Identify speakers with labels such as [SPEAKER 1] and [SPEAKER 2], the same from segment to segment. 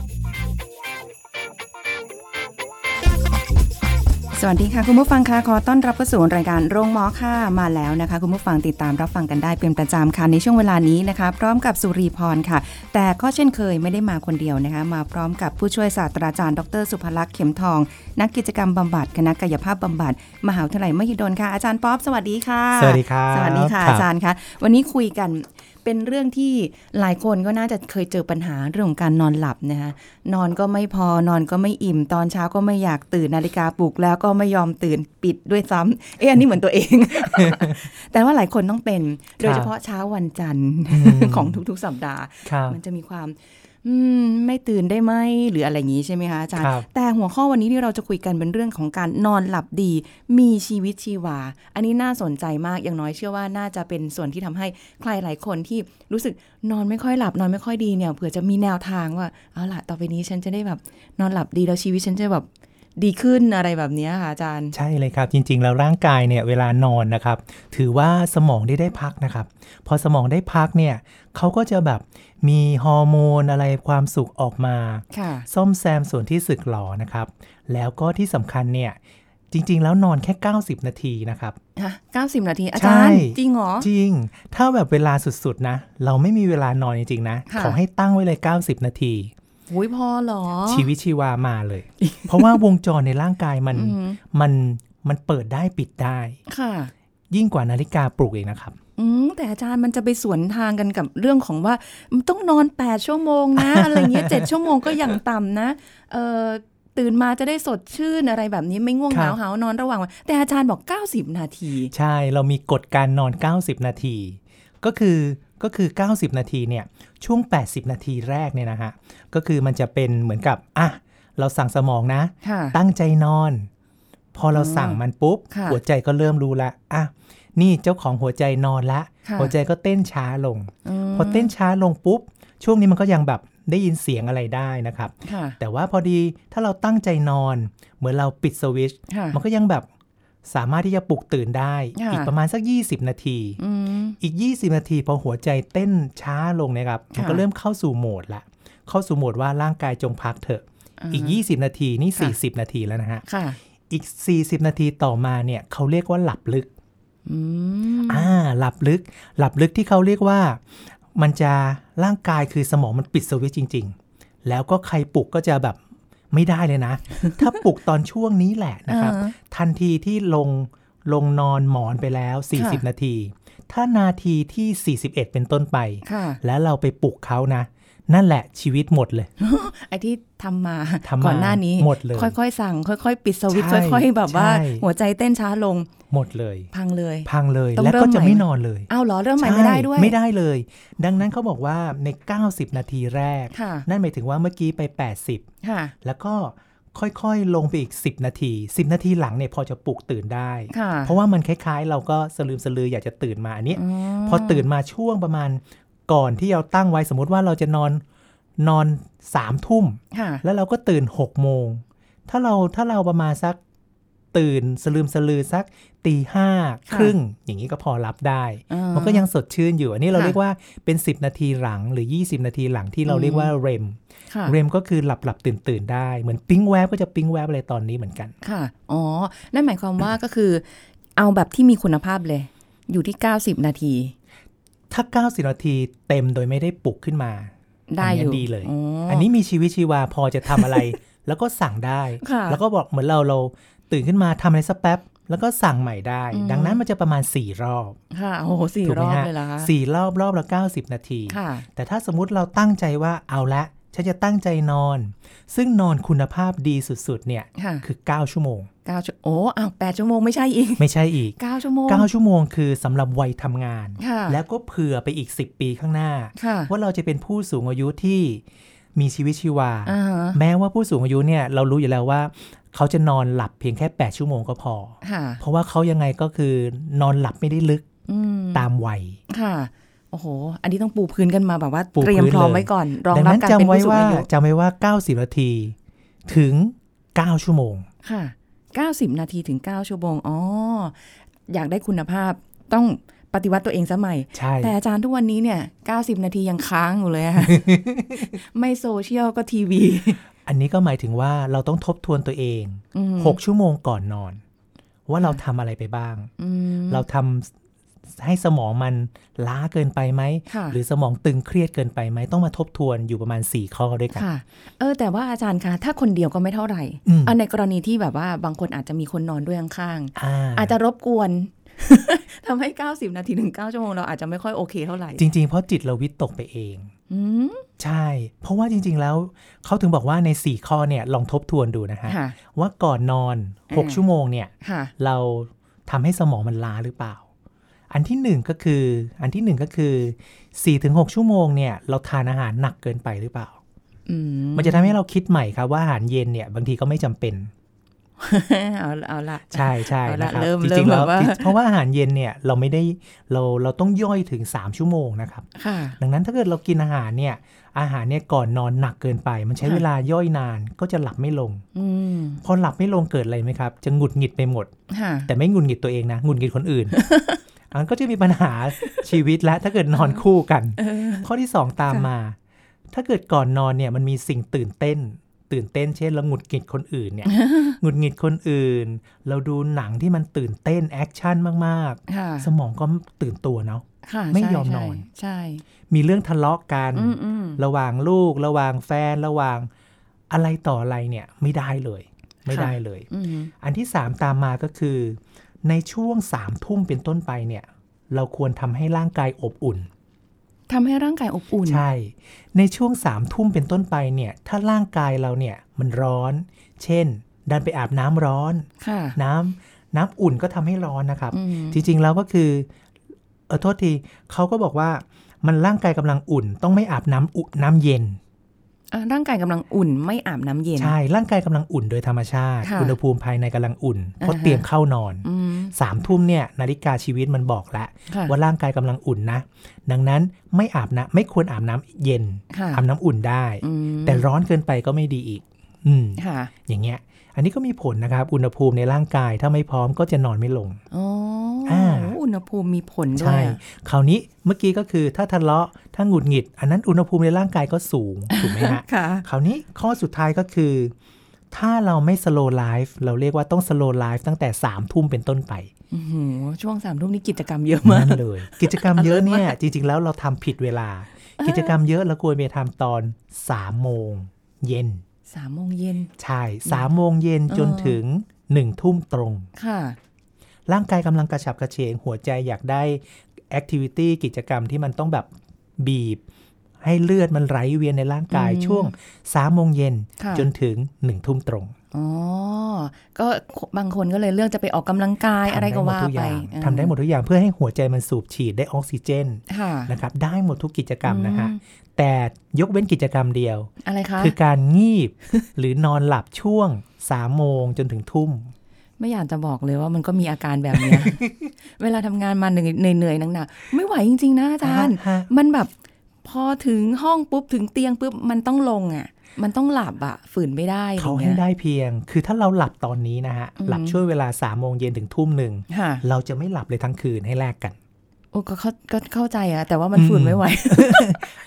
[SPEAKER 1] ล
[SPEAKER 2] สวัสดีค่ะ คุณผู้ฟังค่ะขอต้อนรับเข้าสู่รายการโรงหมอค่ะมาแล้วนะคะ คุณผู้ฟังติดตามรับฟังกันได้เป็นประจำค่ะในช่วงเวลานี้นะคะ พร้อมกับสุรีพรค่ะ แต่ก็เช่นเคยไม่ได้มาคนเดียวนะคะ มาพร้อมกับผู้ช่วยศาสตราจารย์ดรสุภลักษณ์เข็มทอง นักกิจกรรมบำบัดคณะกายภาพบำบัดมหาวิทยาลัยมหิดลค่ะอาจารย์ป๊อปสวัสดีค่ะ
[SPEAKER 3] สวัสดีครับ
[SPEAKER 2] สวัสดีค่ะ
[SPEAKER 3] ครั
[SPEAKER 2] อา
[SPEAKER 3] บ
[SPEAKER 2] จารย์คะวันนี้คุยกันเป็นเรื่องที่หลายคนก็น่าจะเคยเจอปัญหาเรื่องของการนอนหลับนะคะนอนก็ไม่พอนอนก็ไม่อิ่ม ตอนเช้าก็ไม่อยากตื่นนาฬิกาปลุกแล้วก็ไม่ยอมตื่นปิดด้วยซ้ำเอ๊ะอันนี้เหมือนตัวเอง แต่ว่าหลายคนต้องเป็นโดยเฉพาะเช้าวันจันทร์ ของทุกๆ สัปดาห์
[SPEAKER 3] ครับ
[SPEAKER 2] มันจะมีความ อืม ไม่ตื่นได้ไหมหรืออะไรอย่างนี้ใช่ไหมคะอาจารย์
[SPEAKER 3] ครับ
[SPEAKER 2] แต่หัวข้อวันนี้ที่เราจะคุยกันเป็นเรื่องของการนอนหลับดี มีชีวิตชีวา อันนี้น่าสนใจมากอย่างน้อยเชื่อว่าน่าจะเป็นส่วนที่ทำให้ใครหลายคนที่รู้สึกนอนไม่ค่อยหลับนอนไม่ค่อยดีเนี่ยเผื่อจะมีแนวทางว่าเอาล่ะต่อไปนี้ฉันจะได้แบบนอนหลับดีแล้วชีวิตฉันจะแบบดีขึ้นอะไรแบบเนี้ยค่ะอาจารย์
[SPEAKER 3] ใช่เลยครับ จริงๆ แล้วร่างกายเนี่ยเวลานอนนะครับ ถือว่าสมองได้ได้พักนะครับ พอสมองได้พักเนี่ยเขาก็จะแบบมีฮอร์โมนอะไรความสุขออกมา
[SPEAKER 2] ค่ะ
[SPEAKER 3] ซ่อมแซมส่วนที่สึกหรอนะครับ แล้วก็ที่สำคัญเนี่ยจริงๆ แล้วนอนแค่ 90 นาทีนะครับ
[SPEAKER 2] ฮะเก้าสิบนาทีอาจารย์
[SPEAKER 3] ใช่
[SPEAKER 2] จริงเหรอ
[SPEAKER 3] จริง ถ้าแบบเวลาสุดๆ นะ เราไม่มีเวลานอนจริงๆ นะ
[SPEAKER 2] ค่ะ
[SPEAKER 3] ขอให้ตั้งไว้เลย 90 นาที
[SPEAKER 2] โอ้ยพอเหรอ
[SPEAKER 3] ชีวิตชีวามาเลย เพราะว่าวงจรในร่างกายมัน
[SPEAKER 2] อือหือ
[SPEAKER 3] มันมันเปิดได้ปิดได้
[SPEAKER 2] ค่ะ
[SPEAKER 3] ยิ่งกว่านาฬิกาปลุกเองนะครับ
[SPEAKER 2] อืมแต่อาจารย์มันจะไปสวนทางกันกับเรื่องของว่ามันต้องนอน 8 ชั่วโมงนะ อะไรเงี้ยเจ็ดชั่วโมงก็อย่างต่ำนะเอ่อตื่นมาจะได้สดชื่นอะไรแบบนี้ไม่ง่วงเห
[SPEAKER 3] ครั
[SPEAKER 2] งา
[SPEAKER 3] บ
[SPEAKER 2] หาวนอนระหว่างวัน แต่อาจารย์บอก 90 นาที
[SPEAKER 3] ใช่เรามีกฎการนอน 90 นาที ก็คือก็คือ 90 นาทีเนี่ยช่วง 80 นาทีแรกเนี่ยนะฮะก็คือมันจะเป็นเหมือนกับอ่ะเราสั่งสมองนะ
[SPEAKER 2] ค่ะ
[SPEAKER 3] ตั้งใจนอน พอเรา
[SPEAKER 2] อ๋อ
[SPEAKER 3] สั่งมันปุ๊บ
[SPEAKER 2] ค่ะ
[SPEAKER 3] หัวใจก็เริ่มรู้ละอ่ะนี่เจ้าของหัวใจนอนละ
[SPEAKER 2] ค่ะ
[SPEAKER 3] หัวใจก็เต้นช้าลง
[SPEAKER 2] ม
[SPEAKER 3] พอเต้นช้าลงปุ๊บ ช่วงนี้มันก็ยังแบบได้ยินเสียงอะไรได้นะครับ
[SPEAKER 2] ค่ะ
[SPEAKER 3] แต่ว่าพอดีถ้าเราตั้งใจนอน เหมือนเราปิดสวิตช
[SPEAKER 2] ค่ะ
[SPEAKER 3] มันก็ยังแบบสามารถที่จะปลุกตื่นได้
[SPEAKER 2] ค่ะ
[SPEAKER 3] อีกประมาณสัก 20 นาที
[SPEAKER 2] อืม
[SPEAKER 3] อีก 20 นาที พอหัวใจเต้นช้าลงเนะครับ มันก็
[SPEAKER 2] ค่ะ
[SPEAKER 3] เริ่มเข้าสู่โหมดละ เข้าสู่โหมดว่าร่างกายจงพักเถอะ อีก 20 นาทีนี่
[SPEAKER 2] ค่ะ
[SPEAKER 3] 40 นาทีแล้วนะฮะ
[SPEAKER 2] ค่ะ
[SPEAKER 3] อีก 40 นาทีต่อมาเนี่ยเขาเรียกว่าหลับลึก
[SPEAKER 2] อืม
[SPEAKER 3] อ่า หลับลึก หลับลึกที่เขาเรียกว่า มันจะร่างกายคือสมองมันปิดสวิตช์จริง ๆ แล้วก็ใครปลุกก็จะแบบไม่ได้เลยนะ ถ้าปลุกตอนช่วงนี้แหละนะครับ
[SPEAKER 2] อ่าฮะ
[SPEAKER 3] ทันทีที่ลงลงนอนหมอนไปแล้ว
[SPEAKER 2] ค่ะ
[SPEAKER 3] 40 นาที ถ้านาทีที่ 41 เป็นต้นไป
[SPEAKER 2] ค่ะ
[SPEAKER 3] แล้วเราไปปลุกเขานะ นั่นแหละชีวิตหมดเลย
[SPEAKER 2] ไอ้ที่ทำมา
[SPEAKER 3] ทำมา
[SPEAKER 2] ก่อนหน้านี้
[SPEAKER 3] หมดเลย
[SPEAKER 2] ค่อยๆ สั่ง ค่อย ๆ ปิดสวิตช์
[SPEAKER 3] ใช่
[SPEAKER 2] ค่อย ๆ แบบว่า
[SPEAKER 3] ใช่
[SPEAKER 2] หัวใจเต้นช้าลง
[SPEAKER 3] หมดเลย
[SPEAKER 2] พังเลย
[SPEAKER 3] พังเลย
[SPEAKER 2] ต้อง
[SPEAKER 3] และ
[SPEAKER 2] เริ่ม
[SPEAKER 3] ก็จะ
[SPEAKER 2] ใหม่
[SPEAKER 3] ไม่นอนเลย
[SPEAKER 2] อ้าวเหรอเริ่มใหม่ไม่ได้ด้วย
[SPEAKER 3] ใช่ไม่ได้เลย ดังนั้นเขาบอกว่าใน 90 นาทีแรก
[SPEAKER 2] ค่ะ
[SPEAKER 3] นั่นหมายถึงว่าเมื่อกี้ไป 80
[SPEAKER 2] ค่ะ
[SPEAKER 3] แล้วก็ค่อยๆ ลงไปอีก 10 นาที 10 นาทีหลังเนี่ยพอจะปลุกตื่นได้
[SPEAKER 2] ค่ะ
[SPEAKER 3] เพราะว่ามันคล้ายๆ เราก็สลืมสลืออยากจะตื่นมาอันนี้ พอตื่นมาช่วงประมาณก่อนที่เราตั้งไว้สมมติว่าเราจะนอนนอนสามทุ่ม
[SPEAKER 2] ค่ะ
[SPEAKER 3] แล้วเราก็ตื่น6กโมง ถ้าเราถ้าเราประมาณสักตื่นสลืมสลือสักตีห้า
[SPEAKER 2] ค่ะ
[SPEAKER 3] ครึ่ง อย่างนี้ก็พอรับได้
[SPEAKER 2] อ่ามั
[SPEAKER 3] มันก็ยังสดชื่นอยู่ อันนี้เรา
[SPEAKER 2] ค่ะ
[SPEAKER 3] เรียกว่าเป็น 10 นาทีหลังหรือ 20 นาทีหลังที่เรา
[SPEAKER 2] อืม
[SPEAKER 3] เรียกว่าเรม
[SPEAKER 2] ค่ะ
[SPEAKER 3] เรมก็คือหลับหลับตื่นตื่นๆได้ เหมือนปิ้งแวบก็จะปิ้งแวบอะไรตอนนี้เหมือนกัน
[SPEAKER 2] ค่ะ อ๋อ นั่นหมายความว่าก็คือ เอาแบบที่มีคุณภาพเลย อยู่ที่ 90 นาที
[SPEAKER 3] ถ้า 90 นาทีเต็มโดยไม่ได้ปลุกขึ้นมา
[SPEAKER 2] ได้
[SPEAKER 3] น
[SPEAKER 2] อ
[SPEAKER 3] เนี้
[SPEAKER 2] ยู่
[SPEAKER 3] ดีเลย
[SPEAKER 2] อ๋อ
[SPEAKER 3] อั
[SPEAKER 2] อั
[SPEAKER 3] นนี้มีชีวิตชีวาพอจะทำอะไร แล้วก็สั่งได้
[SPEAKER 2] ค่ะ
[SPEAKER 3] แล้วก็บอกเหมือนเราเราตื่นขึ้นมาทำอะไรสักแป๊บ แล้วก็สั่งใหม่ได้
[SPEAKER 2] อืม
[SPEAKER 3] ดังนั้นมันจะประมาณ 4 รอบ
[SPEAKER 2] ค่ะ โอ้โหสี่
[SPEAKER 3] ถูก
[SPEAKER 2] รอบ
[SPEAKER 3] ไหมฮะ
[SPEAKER 2] เลยละคะ
[SPEAKER 3] สี่รอบรอบละ 90 นาที
[SPEAKER 2] ค่ะ
[SPEAKER 3] แต่ถ้าสมมุติเราตั้งใจว่าเอาละฉันจะตั้งใจนอน ซึ่งนอนคุณภาพดีสุดๆเนี่ย
[SPEAKER 2] ค่ะ
[SPEAKER 3] คือ 9 ชั่วโมง
[SPEAKER 2] เก้าชั่วโอ้อ้าวแปดชั่วโมงไม่ใช่อีก
[SPEAKER 3] ไม่ใช่อีก
[SPEAKER 2] เก้าชั่วโมง
[SPEAKER 3] 9 ชั่วโมงคือสำหรับวัยทำงาน
[SPEAKER 2] ค่ะ
[SPEAKER 3] แล้วก็เผื่อไปอีก 10 ปีข้างหน้า
[SPEAKER 2] ค่ะ
[SPEAKER 3] ว่าเราจะเป็นผู้สูงอายุที่ มีชีวิตชีวา
[SPEAKER 2] อ่าฮะ
[SPEAKER 3] แม้ว่าผู้สูงอายุเนี่ยเรารู้อยู่แล้วว่า เขาจะนอนหลับเพียงแค่ 8 ชั่วโมงก็พอ
[SPEAKER 2] ค่ะ
[SPEAKER 3] เพราะว่าเขายังไงก็คือนอนหลับไม่ได้ลึก
[SPEAKER 2] อืม
[SPEAKER 3] ตามวัย
[SPEAKER 2] ค่ะ โอ้โห อันนี้ต้องปูพื้นกันมาแบบว่า
[SPEAKER 3] ปูพื้น
[SPEAKER 2] เตรียมพร้อม
[SPEAKER 3] เลย
[SPEAKER 2] ไว้ก่อน รอง
[SPEAKER 3] ดัง
[SPEAKER 2] รับ
[SPEAKER 3] นั้น
[SPEAKER 2] การ
[SPEAKER 3] จำ
[SPEAKER 2] เป็น
[SPEAKER 3] ไว้
[SPEAKER 2] ผู้สูง
[SPEAKER 3] ว่า
[SPEAKER 2] อายุ
[SPEAKER 3] จำไว้ว่า 90 นาที ถึง 9 ชั่วโมง
[SPEAKER 2] ค่ะ 90 นาทีถึง 9 ชั่วโมงอ๋ออยากได้คุณภาพต้องปฏิวัติตัวเองซะใหม่
[SPEAKER 3] ใช่
[SPEAKER 2] แต่อาจารย์ทุกวันนี้เนี่ย 90 นาทียังค้างอยู่เลย อะ ไม่โซเชียลก็ทีวี
[SPEAKER 3] อันนี้ก็หมายถึงว่าเราต้องทบทวนตัวเอง
[SPEAKER 2] อืม
[SPEAKER 3] 6 ชั่วโมงก่อนนอน ว่าเราทำอะไรไปบ้าง
[SPEAKER 2] อืม
[SPEAKER 3] เราทำให้สมองมันล้าเกินไปไหม
[SPEAKER 2] ค่ะ
[SPEAKER 3] หรือสมองตึงเครียดเกินไปไหม ต้องมาทบทวนอยู่ประมาณ 4 ข้อด้วยกัน
[SPEAKER 2] ค่ะ เออ แต่ว่าอาจารย์คะถ้าคนเดียวก็ไม่เท่าไหร่
[SPEAKER 3] อืม
[SPEAKER 2] เอาในกรณีที่แบบว่าบางคนอาจจะมีคนนอนด้วยข้างๆ
[SPEAKER 3] อ่า
[SPEAKER 2] อาจจะรบกวน ทำให้ 90 นาทีถึง 9 ชั่วโมง เราอาจจะไม่ค่อยโอเคเท่าไหร่
[SPEAKER 3] จริง ๆ เพราะจิตเราวิตกไปเอง
[SPEAKER 2] อืม
[SPEAKER 3] ใช่ เพราะว่าจริง ๆ แล้วเขาถึงบอกว่าใน 4 ข้อเนี่ยลองทบทวนดูนะฮะ
[SPEAKER 2] ค่ะ
[SPEAKER 3] ว่าก่อนนอน
[SPEAKER 2] อ่า
[SPEAKER 3] 6 ชั่วโมงเนี่ย
[SPEAKER 2] ค่ะ
[SPEAKER 3] เราทำให้สมองมันล้าหรือเปล่า อันที่หนึ่งก็คือ อันที่หนึ่งก็คือ4ถึง6ชั่วโมงเนี่ย เราทานอาหารหนักเกินไปหรือเปล่า
[SPEAKER 2] อืม
[SPEAKER 3] มันจะทำให้เราคิดใหม่ครับว่าอาหารเย็นเนี่ยบางทีก็ไม่จำเป็น
[SPEAKER 2] เอาเอาละ
[SPEAKER 3] ใช่ใช่
[SPEAKER 2] เอาละ
[SPEAKER 3] นะครับ
[SPEAKER 2] เริ่ม
[SPEAKER 3] จ
[SPEAKER 2] เริ่
[SPEAKER 3] ริ
[SPEAKER 2] ม
[SPEAKER 3] งๆ
[SPEAKER 2] แบ
[SPEAKER 3] แล้
[SPEAKER 2] บ
[SPEAKER 3] ว
[SPEAKER 2] ว่า
[SPEAKER 3] เพราะว่าอาหารเย็นเนี่ยเราไม่ได้เราเราต้องย่อยถึง 3 ชั่วโมงนะครับ
[SPEAKER 2] ค่ะ
[SPEAKER 3] ดังนั้นถ้าเกิดเรากินอาหารเนี่ยอาหารเนี่ยก่อนนอนหนักเกินไป มันใช้
[SPEAKER 2] ค่ะ
[SPEAKER 3] เวลาย่อยนานก็จะหลับไม่ลง
[SPEAKER 2] อืม
[SPEAKER 3] พอหลับไม่ลงเกิดอะไรไหมครับจะหงุดหงิดไปหมด
[SPEAKER 2] ค่ะ
[SPEAKER 3] แต่ไม่หงุดหงิดตัวเองนะหงุดหงิดคน อื่น อันก็จะมีปัญหาชีวิตและถ้าเกิดนอนคู่กัน
[SPEAKER 2] เออ
[SPEAKER 3] ข้อที่สองตามมา ถ้าเกิดก่อนนอนเนี่ยมันมีสิ่งตื่นเต้น ตื่นเต้น เช่นเราหงุดหงิดคนอื่น เนี่ย หงุดหงิดคนอื่น เราดูหนังที่มันตื่นเต้นแอคชั่นมาก
[SPEAKER 2] ค่ะ
[SPEAKER 3] ๆ สมองก็ตื่นตัวเนาะ
[SPEAKER 2] ค่ะ
[SPEAKER 3] ไม่
[SPEAKER 2] ใช่
[SPEAKER 3] ยอม
[SPEAKER 2] ใช่
[SPEAKER 3] นอน
[SPEAKER 2] ใช่
[SPEAKER 3] มีเรื่องทะเลาะกัน
[SPEAKER 2] อืมอืม
[SPEAKER 3] ระหว่างลูก ระหว่างแฟน ระหว่างอะไรต่ออะไรเนี่ยไม่ได้เลย ไม่ได้เลย
[SPEAKER 2] อืม
[SPEAKER 3] อันที่สามตามมาก็คือ ในช่วงสามทุ่มเป็นต้นไปเนี่ย เราควรทำให้ร่างกายอบอุ่น
[SPEAKER 2] ทำให้ร่างกายอบอุ่น
[SPEAKER 3] ใช่ ในช่วงสามทุ่มเป็นต้นไปเนี่ย ถ้าร่างกายเราเนี่ยมันร้อน เช่น ดันไปอาบน้ำร้อน
[SPEAKER 2] ค่ะ
[SPEAKER 3] น้ำน้ำอุ่นก็ทำให้ร้อนนะครับ
[SPEAKER 2] อืม
[SPEAKER 3] จริงๆแล้วก็คือ เออโทษทีเขาก็บอกว่ามันร่างกายกำลังอุ่น ต้องไม่อาบน้ำอุ่นน้ำเย็น
[SPEAKER 2] อ่ะร่างกายกำลังอุ่นไม่อาบน้ำเย็น
[SPEAKER 3] ใช่ ร่างกายกำลังอุ่นโดยธรรมชาติ
[SPEAKER 2] ค่ะ
[SPEAKER 3] อุณหภูมิภายในกำลังอุ่นเพราะ
[SPEAKER 2] อ่าฮะ
[SPEAKER 3] เตรียมเข้านอน
[SPEAKER 2] อืม
[SPEAKER 3] สามทุ่มเนี่ยนาฬิกาชีวิตมันบอกแล้ว
[SPEAKER 2] ค่ะ
[SPEAKER 3] ว่าร่างกายกำลังอุ่นนะ ดังนั้นไม่อาบนะไม่ควรอาบน้ำเย็น
[SPEAKER 2] ค่ะ
[SPEAKER 3] อาบน้ำอุ่นได้
[SPEAKER 2] อืม
[SPEAKER 3] แต่ร้อนเกินไปก็ไม่ดีอีก อืม
[SPEAKER 2] ค่ะ
[SPEAKER 3] อย่างเงี้ย อันนี้ก็มีผลนะครับ อุณหภูมิในร่างกายถ้าไม่พร้อมก็จะนอนไม่ลง
[SPEAKER 2] อ๋ออา อุณหภูมิมีผลด้ว
[SPEAKER 3] ใช่
[SPEAKER 2] ยอะ
[SPEAKER 3] คราวนี้เมื่อกี้ก็คือถ้าทะเลาะ ถ้าหงุดหงิด อันนั้นอุณหภูมิในร่างกายก็สูง ถูกไหม ฮะ
[SPEAKER 2] ค่ะ
[SPEAKER 3] คราวนี้ข้อสุดท้ายก็คือ ถ้าเราไม่ slow life เราเรียกว่าต้อง slow life ตั้งแต่3ามทุ่มเป็นต้นไป
[SPEAKER 2] โอ้โหช่วงสามทุ่มนี้กิจกรรมเยอะมาก
[SPEAKER 3] นั่นเลย กิจกรรมเยอะเนี่ย จริง ๆ แล้วเราทำผิดเวลา กิจกรรมเยอะเราควรไปทำตอน3ามโมงเย็น
[SPEAKER 2] สามโมงเย็น
[SPEAKER 3] ใช่3ามโมงเย็น
[SPEAKER 2] เออ
[SPEAKER 3] จนถึง1นึ่ทุ่มตรง
[SPEAKER 2] ค่ะ
[SPEAKER 3] ร่างกายกำลังกระฉับกระเฉง หัวใจอยากได้แอคทิวิตี้กิจกรรมที่มันต้องแบบบีบ ให้เลือดมันไหลเวียนในร่างกาย
[SPEAKER 2] อืม
[SPEAKER 3] ช่วง3ามโมงเย็น
[SPEAKER 2] ค่ะ
[SPEAKER 3] จนถึง1นึ่ทุ่มตรง
[SPEAKER 2] อ๋อ ก็บางคนก็เลยเลือกจะไปออกกำลังกายอะไรก็ว่า
[SPEAKER 3] ทำด้หมดทุ
[SPEAKER 2] ไป
[SPEAKER 3] อย่ง
[SPEAKER 2] เออ
[SPEAKER 3] ทำได้หมดทุกอย่างเพื่อให้หัวใจมันสูบฉีดได้ออกซิเจน
[SPEAKER 2] ค่ะ
[SPEAKER 3] นะครับได้หมดทุกกิจกรรมนะฮะ
[SPEAKER 2] อืม
[SPEAKER 3] แต่ยกเว้นกิจกรรมเดียว
[SPEAKER 2] อะไรคะ
[SPEAKER 3] คือการงีบ หรือนอนหลับช่วง3ามโมงจนถึงทุ่ม
[SPEAKER 2] ไม่อยากจะบอกเลยว่ามันก็มีอาการแบบเนี้ย เวลาทำงานมาเหนื่อยเหนื่อยๆหนักๆไม่ไหวจริง ๆ นะอาจารย์
[SPEAKER 3] ฮะฮะ
[SPEAKER 2] มันแบบพอถึงห้องปุ๊บถึงเตียงปุ๊บมันต้องลงอ่ะ มันต้องหลับอ่ะ ฝืนไม่ได้อะไร
[SPEAKER 3] เขา
[SPEAKER 2] เงี้
[SPEAKER 3] ให้
[SPEAKER 2] ย
[SPEAKER 3] ได้เพียง คือถ้าเราหลับตอนนี้นะฮะ
[SPEAKER 2] อืม
[SPEAKER 3] หลับช่วงเวลา3ามโมงเย็นถึงทุ่มหนึ่ง
[SPEAKER 2] ค่ะ
[SPEAKER 3] เราจะไม่หลับเลยทั้งคืนให้แลกกัน
[SPEAKER 2] โอ้ก็เข้าก็เข้าใจอะแต่ว่ามันฝืนไม่ไหว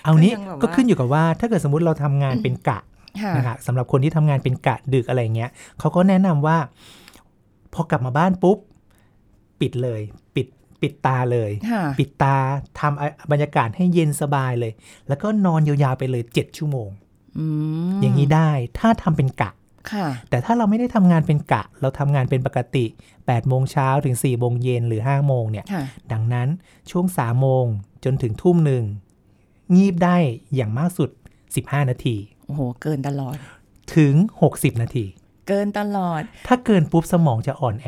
[SPEAKER 3] เอานี้
[SPEAKER 2] ก็ยังแบบว่า
[SPEAKER 3] ก็ขึ้นอยู่กับว่าถ้าเกิดสมมติเราทำงานเป็นกะ
[SPEAKER 2] ค่ะ
[SPEAKER 3] นะคะสำหรับคนที่ทำงานเป็นกะดึกอะไรเงี้ยเขาก็แนะนำว่าพอกลับมาบ้านปุ๊บ ปิดเลย ปิดปิดตาเลย
[SPEAKER 2] ค่ะ
[SPEAKER 3] ปิดตาทำบรรยากาศให้เย็นสบายเลย แล้วก็นอนยาวๆไปเลย 7 ชั่วโมง
[SPEAKER 2] อืม
[SPEAKER 3] อย่างนี้ได้ถ้าทำเป็นกะ
[SPEAKER 2] ค่ะ
[SPEAKER 3] แต่ถ้าเราไม่ได้ทำงานเป็นกะ เราทำงานเป็นปกติ8โมงเช้าถึง4โมงเย็นหรือ5โมงเนี่ย
[SPEAKER 2] ค่ะ
[SPEAKER 3] ดังนั้นช่วง3โมงจนถึงทุ่มหนึ่งงีบได้อย่างมากสุด 15 นาที
[SPEAKER 2] โอ้โห เกินตลอด
[SPEAKER 3] ถึง 60 นาที
[SPEAKER 2] เกินตลอด
[SPEAKER 3] ถ้าเกินปุ๊บสมองจะอ่อนแอ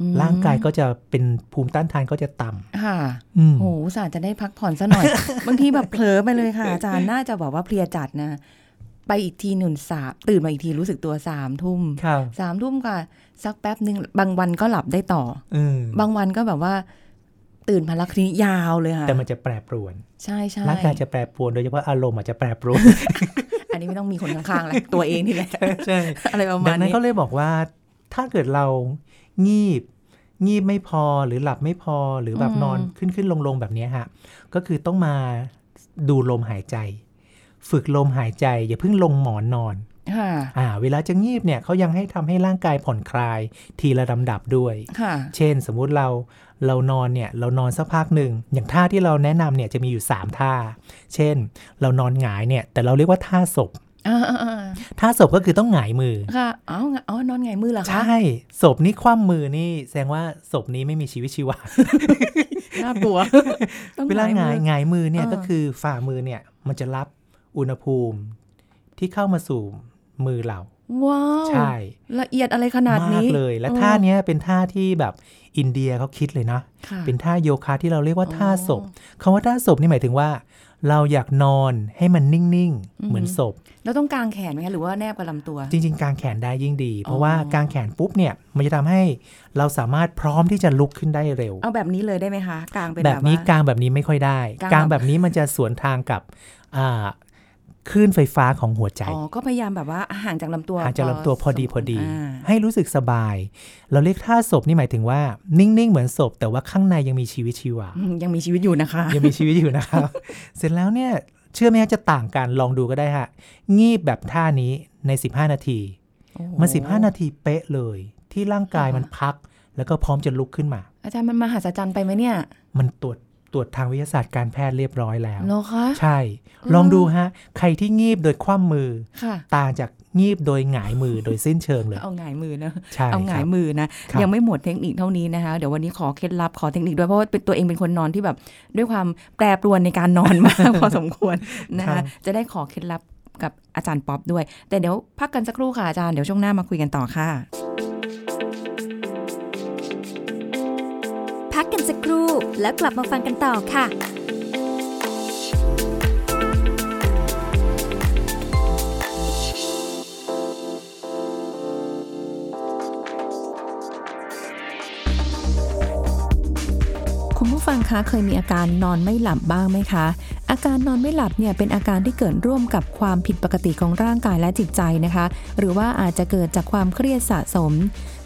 [SPEAKER 2] อืม
[SPEAKER 3] ร่างกายก็จะเป็นภูมิต้านทานก็จะต่
[SPEAKER 2] ค่ะ
[SPEAKER 3] ำอืม
[SPEAKER 2] โอ้โห อุตสาห์จะได้พักผ่อนซะหน่อย บางทีแบบเผลอไปเลยค่ะ อาจารย์น่าจะบอกว่าเพลียจัดนะ ไปอีกทีหนุนสามตื่นมาอีกทีรู้สึกตัวสามทุ่ม
[SPEAKER 3] ครับ
[SPEAKER 2] สามทุ่มค่ะ สักแป๊บหนึ่งบางวันก็หลับได้ต่อ
[SPEAKER 3] อืม
[SPEAKER 2] บางวันก็แบบว่า ตื่นมาแล้วคนี้ยาวเลยค่ะ
[SPEAKER 3] แต่มันจะแปรปรวน
[SPEAKER 2] ใช่ใช่
[SPEAKER 3] ร่างกายจะแปรปรวนโดยเฉพาะอารมณ์อาจจะแปรปรวน
[SPEAKER 2] อันนี้ไม่ต้องมีคน ข้างๆแหละตัวเองนี่แหละ
[SPEAKER 3] ใช่
[SPEAKER 2] อะไรประ
[SPEAKER 3] ดั
[SPEAKER 2] มาณ
[SPEAKER 3] งนั้น
[SPEAKER 2] นี้
[SPEAKER 3] ก็เลยบอกว่า ถ้าเกิดเรางีบ งีบไม่พอหรือหลับไม่พอหรือแบบนอนขึ้นขึ้นลงลงแบบเนี้ยฮะ ก็คือต้องมาดูลมหายใจ ฝึกลมหายใจ อย่าเพิ่งลงหมอนนอน
[SPEAKER 2] ค่ะ
[SPEAKER 3] อ่า เวลาจะงีบเนี่ยเขายังให้ทำให้ร่างกายผ่อนคลาย ทีละลำดับด้วย
[SPEAKER 2] ค่ะ
[SPEAKER 3] เช่น สมมุติเราเรานอนเนี่ยเรานอนสักพักหนึ่ง อย่างท่าที่เราแนะนำเนี่ยจะมีอยู่ 3 ท่า เช่น เรานอนหงายเนี่ยแต่เราเรียกว่าท่าศพ
[SPEAKER 2] อ่าอ่าอ่า
[SPEAKER 3] ท่าศพก็คือต้องหงายมือ
[SPEAKER 2] ค่ะเอาไงเอานอนไงมือเหรอคะ
[SPEAKER 3] ใช่ศพนี่คว่ำมือนี่แสดงว่าศพนี้ไม่มีชีวิต ชีวา
[SPEAKER 2] น่ากลัวต้อง
[SPEAKER 3] เวลาหงาย
[SPEAKER 2] มือ
[SPEAKER 3] หงายมือเนี่ย
[SPEAKER 2] อ่า
[SPEAKER 3] ก็คือฝ่ามือเนี่ยมันจะรับอุณหภูมิที่เข้ามาสู่มือเรา
[SPEAKER 2] ว้าว
[SPEAKER 3] ใช่
[SPEAKER 2] ละเอียดอะไรขนาด
[SPEAKER 3] มา
[SPEAKER 2] นี้
[SPEAKER 3] กเลย และท่าเนี้ยเป็นท่าที่แบบอินเดียเขาคิดเลยนะ
[SPEAKER 2] ค่ะ
[SPEAKER 3] เป็นท่าโยคะที่เราเรียกว่า
[SPEAKER 2] อ๋อ
[SPEAKER 3] ท่าศพคำว่าท่าศพนี่หมายถึงว่า เราอยากนอนให้มันนิ่ง
[SPEAKER 2] อื
[SPEAKER 3] ๆ
[SPEAKER 2] ม
[SPEAKER 3] เหมือนศพ
[SPEAKER 2] แล้วต้องกางแขนไหมคะหรือว่าแนบกับลำตัว
[SPEAKER 3] จริง ๆ กางแขนได้ยิ่งดี เพราะว่า
[SPEAKER 2] อ๋อ
[SPEAKER 3] กางแขนปุ๊บเนี่ยมันจะทำให้เราสามารถพร้อมที่จะลุกขึ้นได้เร็ว
[SPEAKER 2] เอาแบบนี้เลยได้ไหมคะกางเป็น
[SPEAKER 3] แบ
[SPEAKER 2] แบบ
[SPEAKER 3] บ
[SPEAKER 2] ว่า
[SPEAKER 3] นี้กางแบบนี้ไม่ค่อยได้
[SPEAKER 2] กาง
[SPEAKER 3] กางแบบนี้มันจะสวนทางกับอ่าคลื่นไฟฟ้าของหัวใจ
[SPEAKER 2] อ๋อก็พยายามแบบว่าห่างจากลำตัว
[SPEAKER 3] อาจจะลำตัวพอดีพอดี
[SPEAKER 2] า
[SPEAKER 3] ให้รู้สึกสบาย เราเรียกท่าศพนี่หมายถึงว่า นิ่ง ๆ เหมือนศพ แต่ว่าข้างในยังมีชีวิตชีวา
[SPEAKER 2] อืมยังมีชีวิตอยู่นะคะ
[SPEAKER 3] ยังมีชีวิตอยู่นะครับ เสร็จแล้วเนี่ย เชื่อไหมฮะจะต่างกันลองดูก็ได้ฮะ งีบแบบท่านี้ใน 15 นาที มัน 15 นาทีเป๊ะเลย ที่ร่างกายมันพัก แล้วก็พร้อมจะลุกขึ้นมา
[SPEAKER 2] อาจารย์มันมหัศจรรย์ไปไหมเนี่ย
[SPEAKER 3] มันตรวจตรวจทางวิทยาศาสตร์การแพทย์เรียบร้อยแล้ว
[SPEAKER 2] เหรอคะ
[SPEAKER 3] ใช่
[SPEAKER 2] อืม
[SPEAKER 3] ลองดูฮะ ใครที่งีบโดยคว่ำมือ
[SPEAKER 2] ค่ะ
[SPEAKER 3] ต่างจากงีบโดยหงายมือโดยสิ้นเชิงเลย
[SPEAKER 2] เอาหงายมือนะ
[SPEAKER 3] ใช่
[SPEAKER 2] เอาห
[SPEAKER 3] ค
[SPEAKER 2] งา
[SPEAKER 3] รั
[SPEAKER 2] ย
[SPEAKER 3] บ
[SPEAKER 2] มือนะ
[SPEAKER 3] ครับ
[SPEAKER 2] ยังไม่หมดเทคนิคเท่านี้นะคะ เดี๋ยววันนี้ขอเคล็ดลับขอเทคนิคด้วยเพราะว่าเป็นตัวเองเป็นคนนอนที่แบบด้วยความแปรปรวนในการนอนมาก พอสมควรนะ
[SPEAKER 3] ครั
[SPEAKER 2] คะ
[SPEAKER 3] บ
[SPEAKER 2] จะได้ขอเคล็ดลับกับอาจารย์ป๊อปด้วย แต่เดี๋ยวพักกันสักครู่ค่ะอาจารย์เดี๋ยวช่วงหน้ามาคุยกันต่อค่ะ
[SPEAKER 1] พักกันสักครู่แล้วกลับมาฟังกันต่อค่ะ
[SPEAKER 4] คุณผู้ฟังคะเคยมีอาการนอนไม่หลับบ้างไหมคะ อาการนอนไม่หลับเนี่ยเป็นอาการที่เกิดร่วมกับความผิดปกติของร่างกายและจิตใจนะคะ หรือว่าอาจจะเกิดจากความเครียดสะสม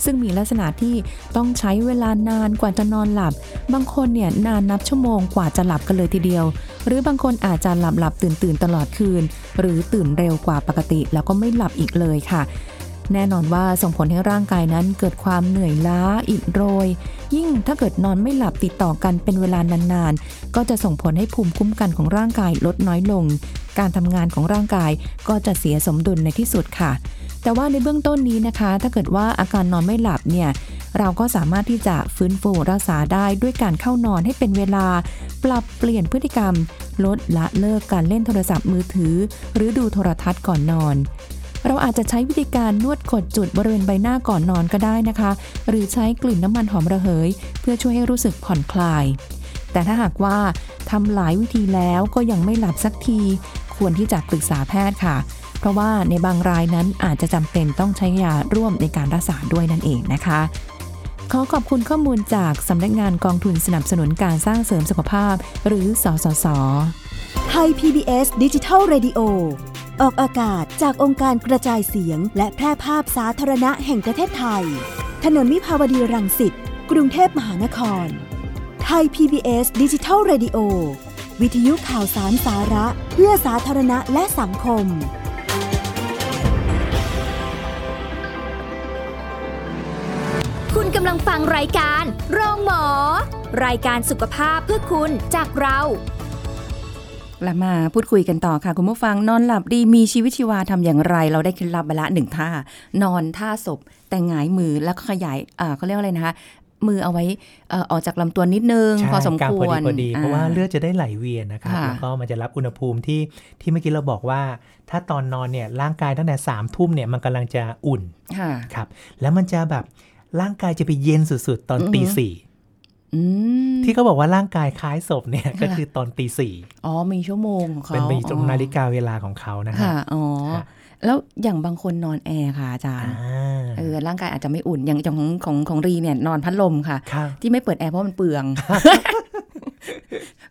[SPEAKER 4] ซึ่งมีลักษณะที่ต้องใช้เวลานานกว่าจะนอนหลับ บางคนเนี่ยนานนับชั่วโมงกว่าจะหลับกันเลยทีเดียว หรือบางคนอาจจะหลับหลับตื่นตื่นๆตลอดคืน หรือตื่นเร็วกว่าปกติ แล้วก็ไม่หลับอีกเลยค่ะ แน่นอนว่าส่งผลให้ร่างกายนั้นเกิดความเหนื่อยล้าอิดโรย ยิ่งถ้าเกิดนอนไม่หลับติดต่อกันเป็นเวลานานๆ ก็จะส่งผลให้ภูมิคุ้มกันของร่างกายลดน้อยลง การทำงานของร่างกายก็จะเสียสมดุลในที่สุดค่ะ แต่ว่าในเบื้องต้นนี้นะคะ ถ้าเกิดว่าอาการนอนไม่หลับเนี่ย เราก็สามารถที่จะฟื้นฟูรักษาได้ด้วยการเข้านอนให้เป็นเวลา ปรับเปลี่ยนพฤติกรรม ลดละเลิกการเล่นโทรศัพท์มือถือ หรือดูโทรทัศน์ก่อนนอน เราอาจจะใช้วิธีการนวดกดจุดบริเวณใบหน้าก่อนนอนก็ได้นะคะ หรือใช้กลิ่นน้ำมันหอมระเหย เพื่อช่วยให้รู้สึกผ่อนคลาย แต่ถ้าหากว่าทำหลายวิธีแล้วก็ยังไม่หลับสักที ควรที่จะปรึกษาแพทย์ค่ะ เพราะว่าในบางรายนั้นอาจจะจำเป็นต้องใช้ยาร่วมในการรักษาด้วยนั่นเองนะคะ ขอขอบคุณข้อมูลจากสำนักงานกองทุนสนับสนุนการสร้างเสริมสุขภาพ หรือสสส
[SPEAKER 5] ไทย PBS ดิจิทัล Radio ออกอากาศจากองค์การกระจายเสียง และแพร่ภาพสาธารณะแห่งประเทศไทย ถนนวิภาวดีรังสิต กรุงเทพมหานคร ไทย PBS ดิจิทัล Radio วิทยุข่าวสารสาระเพื่อสาธารณะและสังคม
[SPEAKER 1] คุณกำลังฟังรายการโรงหมอ รายการสุขภาพเพื่อคุณจากเรา
[SPEAKER 2] กลับมาพูดคุยกันต่อค่ะ คุณผู้ฟังนอนหลับดีมีชีวิตชีวาทำอย่างไร เราได้เคล็ดลับไปละหนึ่งท่า นอนท่าศพ แต่หงายมือแล้วก็ขยายเอ่อเขาเรียกว่าอะไรนะคะ มือเอาไว้เอ่อออกจากลำตัวนิดนึง
[SPEAKER 3] ใช่
[SPEAKER 2] พอสม
[SPEAKER 3] กาง
[SPEAKER 2] ค
[SPEAKER 3] พอ
[SPEAKER 2] วร
[SPEAKER 3] ดีพอดี เพราะว่า
[SPEAKER 2] อ่
[SPEAKER 3] เลือดจะได้ไหลเวียนนะครับ
[SPEAKER 2] ค่ะ
[SPEAKER 3] แล้วก็มันจะรับอุณหภูมิที่ที่เมื่อกี้เราบอกว่า ถ้าตอนนอนเนี่ยร่างกายตั้งแต่3ามทุ่มเนี่ยมันกำลังจะอุ่น
[SPEAKER 2] ค่ะ
[SPEAKER 3] ครับแล้วมันจะแบบร่างกายจะไปเย็นสุดๆ ตอน
[SPEAKER 2] อือหือ
[SPEAKER 3] ตีสี่
[SPEAKER 2] อืม
[SPEAKER 3] ที่เขาบอกว่าร่างกายคล้ายศพเนี่ยก็คือตอนตีสี่
[SPEAKER 2] อ๋อมีชั่วโมงของเขา
[SPEAKER 3] เป็นไปตรงนาฬิ
[SPEAKER 2] อ๋
[SPEAKER 3] กาเวลาของเขา
[SPEAKER 2] อ
[SPEAKER 3] นะฮะ
[SPEAKER 2] ค่ะอ๋อ
[SPEAKER 3] ค่ะ
[SPEAKER 2] แล้วอย่างบางคนนอนแอร์ค่ะอาจาร
[SPEAKER 3] อ่า
[SPEAKER 2] ย์เออร่างกายอาจจะไม่อุ่นอย่างอย่างของของของรีเนี่ยนอนพัดลมค่ะ
[SPEAKER 3] ค่ะ
[SPEAKER 2] ที่ไม่เปิดแอร์เพราะมันเปลือง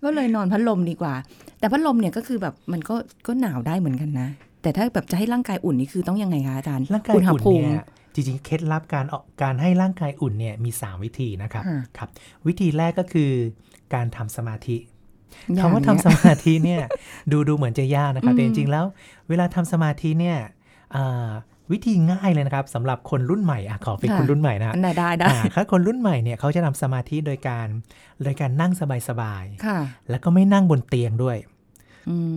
[SPEAKER 2] ก็เลยนอนพัดลมดีกว่า แต่พัดลมเนี่ยก็คือแบบมันก็ก็หนาวได้เหมือนกันนะ แต่ถ้าแบบจะให้ร่างกายอุ่นนี่คือต้องยังไงคะอาจารย์
[SPEAKER 3] ร่างกาย
[SPEAKER 2] อุณห
[SPEAKER 3] อุ่น
[SPEAKER 2] ภูมิ
[SPEAKER 3] เนี่ยจริงๆ เคล็ดลับการออกการให้ร่างกายอุ่นเนี่ยมี 3 วิธีนะครับ
[SPEAKER 2] ค่ะ
[SPEAKER 3] ครับ วิธีแรกก็คือการทำสมาธิ
[SPEAKER 2] อย่
[SPEAKER 3] คำ
[SPEAKER 2] ง
[SPEAKER 3] ว่าทำ
[SPEAKER 2] เนี้ย
[SPEAKER 3] สมาธิ เนี่ย ดูดูเหมือนจะยากนะครับ
[SPEAKER 2] อืม
[SPEAKER 3] แต่จริงๆแล้วเวลาทำสมาธิเนี่ยอ่าวิธีง่ายเลยนะครับสำหรับคนรุ่นใหม่อ่ะขอเป็นคนรุ่นใหม่นะ
[SPEAKER 2] อันไหนได้ได้
[SPEAKER 3] อ่าถ้าคนรุ่นใหม่เนี่ยเขาจะทำสมาธิโดยการโดยการนั่งสบาย
[SPEAKER 2] ค่ะ
[SPEAKER 3] ๆแล้วก็ไม่นั่งบนเตียงด้วย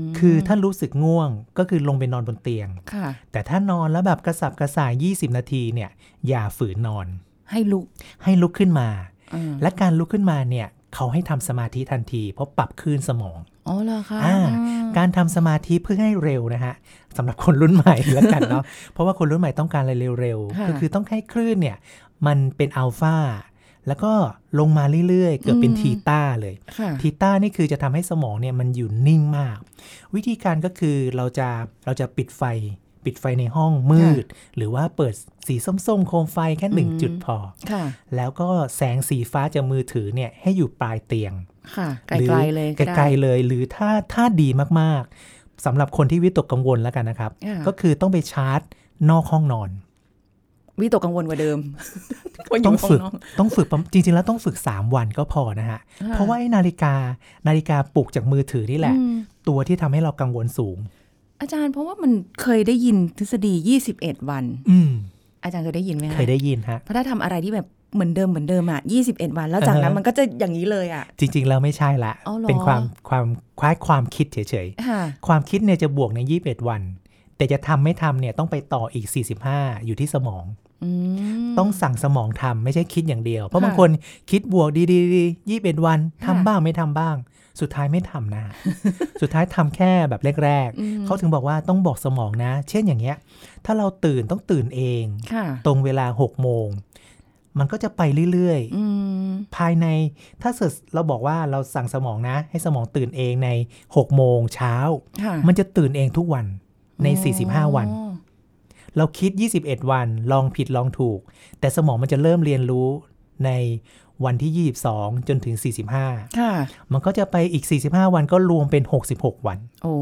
[SPEAKER 2] ม
[SPEAKER 3] คือถ้ารู้สึกง่วงก็คือลงไปนอนบนเตียง
[SPEAKER 2] ค่ะ
[SPEAKER 3] แต่ถ้านอนแล้วแบบกระสับกระส่าย 20 นาทีเนี่ย อย่าฝืนนอน
[SPEAKER 2] ให้ลุก
[SPEAKER 3] ให้ลุกขึ้นมา
[SPEAKER 2] อ่า
[SPEAKER 3] และการลุกขึ้นมาเนี่ย เขาให้ทำสมาธิทันที เพราะปรับคลื่นสมอง
[SPEAKER 2] อ๋อเหรอคะ
[SPEAKER 3] อ่า การทำสมาธิเพื่อให้เร็วนะฮะสำหรับคนรุ่นใหม่ แล้วกันเนาะ เพราะว่าคนรุ่นใหม่ต้องการอะไรเร็วๆ ก็คือต้องให้คลื่นเนี่ย มันเป็นอัลฟาแล้วก็ลงมาเรื่อยๆ เกือบเป็นทีต้าเลย
[SPEAKER 2] ค่ะ
[SPEAKER 3] ทีต้านี่คือจะทำให้สมองเนี่ยมันอยู่นิ่งมาก วิธีการก็คือเราจะเราจะปิดไฟ ปิดไฟในห้องมืด หรือว่าเปิดสีส้มๆ โคมไฟแค่หนึ่งจุดพอ
[SPEAKER 2] ค่ะ
[SPEAKER 3] แล้วก็แสงสีฟ้าจากมือถือเนี่ยให้อยู่ปลายเตียง
[SPEAKER 2] ค่ะไก
[SPEAKER 3] หรือ
[SPEAKER 2] ลๆเลยได้
[SPEAKER 3] ไกลๆเลยหรือถ้าถ้าดีมากๆสำหรับคนที่วิตกกังวลแล้วกันนะครับ
[SPEAKER 2] อ่า
[SPEAKER 3] ก็คือต้องไปชาร์จนอกห้องนอน
[SPEAKER 2] วิตกกังวลกว่าเดิมว่ายู่
[SPEAKER 3] ต้องฝึก
[SPEAKER 2] ข้าน
[SPEAKER 3] ต้องฝึกประจริงๆแล้วต้องฝึก 3 วันก็พอนะฮะ
[SPEAKER 2] อ่า
[SPEAKER 3] เพราะว่าไอ้นาฬิกานาฬิกาปลุกจากมือถือนี่แหละ
[SPEAKER 2] อืม
[SPEAKER 3] ตัวที่ทำให้เรากังวลสูง
[SPEAKER 2] อาจารย์เพราะว่ามันเคยได้ยินทฤษฎี 21 วัน
[SPEAKER 3] อืม
[SPEAKER 2] อาจารย์เคยได้ยินไหมะ
[SPEAKER 3] เคยได้ยินฮะ
[SPEAKER 2] เพราะถ้าทำอะไรที่แบบเหมือนเดิมเหมือนเดิมอ่ะ21 วัน แล้วจากนั้น
[SPEAKER 3] อ่าฮะ
[SPEAKER 2] มันก็จะอย่างนี้เลยอ่ะ
[SPEAKER 3] จริง ๆ แล้วไม่ใช่ละ
[SPEAKER 2] เอาเหรอ
[SPEAKER 3] เป็นความความคล้ายความคิดเฉย
[SPEAKER 2] ค่ะ
[SPEAKER 3] ๆ ความคิดเนี่ยจะบวกใน 21 วัน แต่จะทำไม่ทำเนี่ยต้องไปต่ออีก 45 อยู่ที่สมอง
[SPEAKER 2] อืม
[SPEAKER 3] ต้องสั่งสมองทำไม่ใช่คิดอย่างเดียว เพราะ
[SPEAKER 2] ค่ะ
[SPEAKER 3] บางคนคิดบวกดีๆๆ21 วัน
[SPEAKER 2] ค่ะ
[SPEAKER 3] ทำบ้างไม่ทำบ้าง สุดท้ายไม่ทำ นะ สุดท้ายทำแค่แบบแรก
[SPEAKER 2] อืม
[SPEAKER 3] ๆเขาถึงบอกว่าต้องบอกสมองนะ เช่นอย่างเงี้ย ถ้าเราตื่นต้องตื่นเอง
[SPEAKER 2] ค่ะ
[SPEAKER 3] ตรงเวลา6โมง มันก็จะไปเรื่อย
[SPEAKER 2] อืม
[SPEAKER 3] ๆ ภายในถ้าเสร็จเราบอกว่าเราสั่งสมองนะ ให้สมองตื่นเองใน6โมงเช้า
[SPEAKER 2] ค่ะ
[SPEAKER 3] มันจะตื่นเองทุกวันใน 45 วัน
[SPEAKER 2] อ๋อ
[SPEAKER 3] เราคิด 21 วัน ลองผิดลองถูก แต่สมองมันจะเริ่มเรียนรู้ในวันที่ 22 จนถึง
[SPEAKER 2] ค่ะ
[SPEAKER 3] 45 มันก็จะไปอีก 45 วันก็รวมเป็น 66 วัน
[SPEAKER 2] โอ้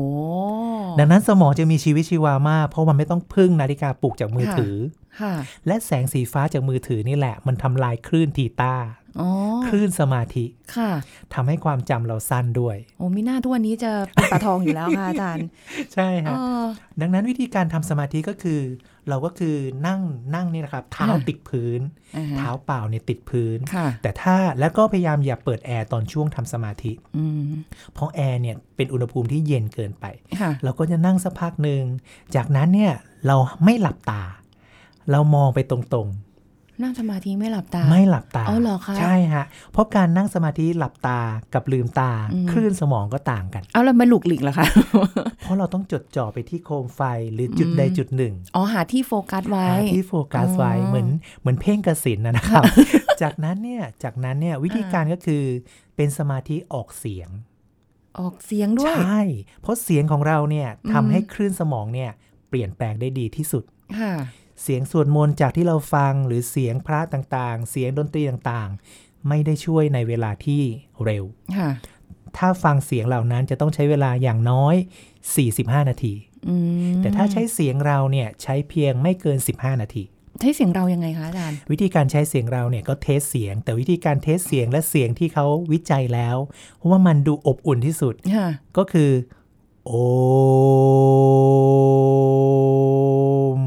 [SPEAKER 3] ดังนั้นสมองจะมีชีวิตชีวามาก เพราะมันไม่ต้องพึ่งนาฬิกาปลุกจากมือถือ
[SPEAKER 2] ค่ะ
[SPEAKER 3] และแสงสีฟ้าจากมือถือนี่แหละ มันทำลายคลื่นทีต้า
[SPEAKER 2] อ๋อ
[SPEAKER 3] คลื่นสมาธิ
[SPEAKER 2] ค่ะ
[SPEAKER 3] ทำให้ความจำเราสั้นด้วย
[SPEAKER 2] โอ้มีหน้าทุกวันนี้จะเป็นตาทองอยู่แล้วค่ะอาจาร ย์
[SPEAKER 3] ใช่
[SPEAKER 2] เอ
[SPEAKER 3] ฮะ
[SPEAKER 2] อ
[SPEAKER 3] ดังนั้นวิธีการทำสมาธิก็คือ เราก็คือนั่งนั่งนี่นะครับ เท้า
[SPEAKER 2] ค่ะ
[SPEAKER 3] ติดพื้น
[SPEAKER 2] อ่ฮะ
[SPEAKER 3] เท้าเปล่าเนี่ยติดพื้น
[SPEAKER 2] ค่ะ
[SPEAKER 3] แต่ถ้าแล้วก็พยายามอย่าเปิดแอร์ตอนช่วงทำสมาธิ
[SPEAKER 2] อืม
[SPEAKER 3] เพราะแอร์เนี่ยเป็นอุณหภูมิที่เย็นเกินไป
[SPEAKER 2] ค่ะ
[SPEAKER 3] เราก็จะนั่งสักพักหนึ่ง จากนั้นเนี่ยเราไม่หลับตา เรามองไปตรง
[SPEAKER 2] นั่งสมาธิไม่หลับตา
[SPEAKER 3] ๆ ไม่หลับตา
[SPEAKER 2] อ๋อเหรอคะ
[SPEAKER 3] ใช่ฮะ เพราะการนั่งสมาธิหลับตากับลืมตา
[SPEAKER 2] อืม
[SPEAKER 3] คลื่นสมองก็ต่างกัน
[SPEAKER 2] เอาแล้วไม่หลุกหลีกเหรอคะ
[SPEAKER 3] เพราะเราต้องจดจ่อไปที่โคมไฟหรือจุดใดจุดหนึ่ง
[SPEAKER 2] อ๋อหาที่โฟกัสไว้
[SPEAKER 3] หาที่โฟกัสไว้
[SPEAKER 2] อ๋อ
[SPEAKER 3] เหมือนเหมือนเพ่งกสิน นะนะครับ จากนั้นเนี่ยจากนั้นเนี่ยวิธี
[SPEAKER 2] อ่า
[SPEAKER 3] การก็คือเป็นสมาธิออกเสียง
[SPEAKER 2] ออกเสียงด้วย
[SPEAKER 3] ใช่ เพราะเสียงของเราเนี่ย
[SPEAKER 2] อืม
[SPEAKER 3] ทำให้คลื่นสมองเนี่ยเปลี่ยนแปลงได้ดีที่สุด
[SPEAKER 2] ค่ะ
[SPEAKER 3] เสียงสวดมนต์จากที่เราฟังหรือเสียงพระต่างๆ เสียงดนตรีต่างๆ ไม่ได้ช่วยในเวลาที่เร็ว
[SPEAKER 2] ค่ะ
[SPEAKER 3] ถ้าฟังเสียงเหล่านั้นจะต้องใช้เวลาอย่างน้อย 45 นาที
[SPEAKER 2] อืม
[SPEAKER 3] แต่ถ้าใช้เสียงเราเนี่ยใช้เพียงไม่เกิน 15 นาที
[SPEAKER 2] ใช้เสียงเรายังไงคะอาจารย์
[SPEAKER 3] วิธีการใช้เสียงเราเนี่ยก็เทสเสียง แต่วิธีการเทสเสียงและเสียงที่เขาวิจัยแล้วว่ามันดูอบอุ่นที่สุด
[SPEAKER 2] ค่ะ
[SPEAKER 3] ก็คือโอม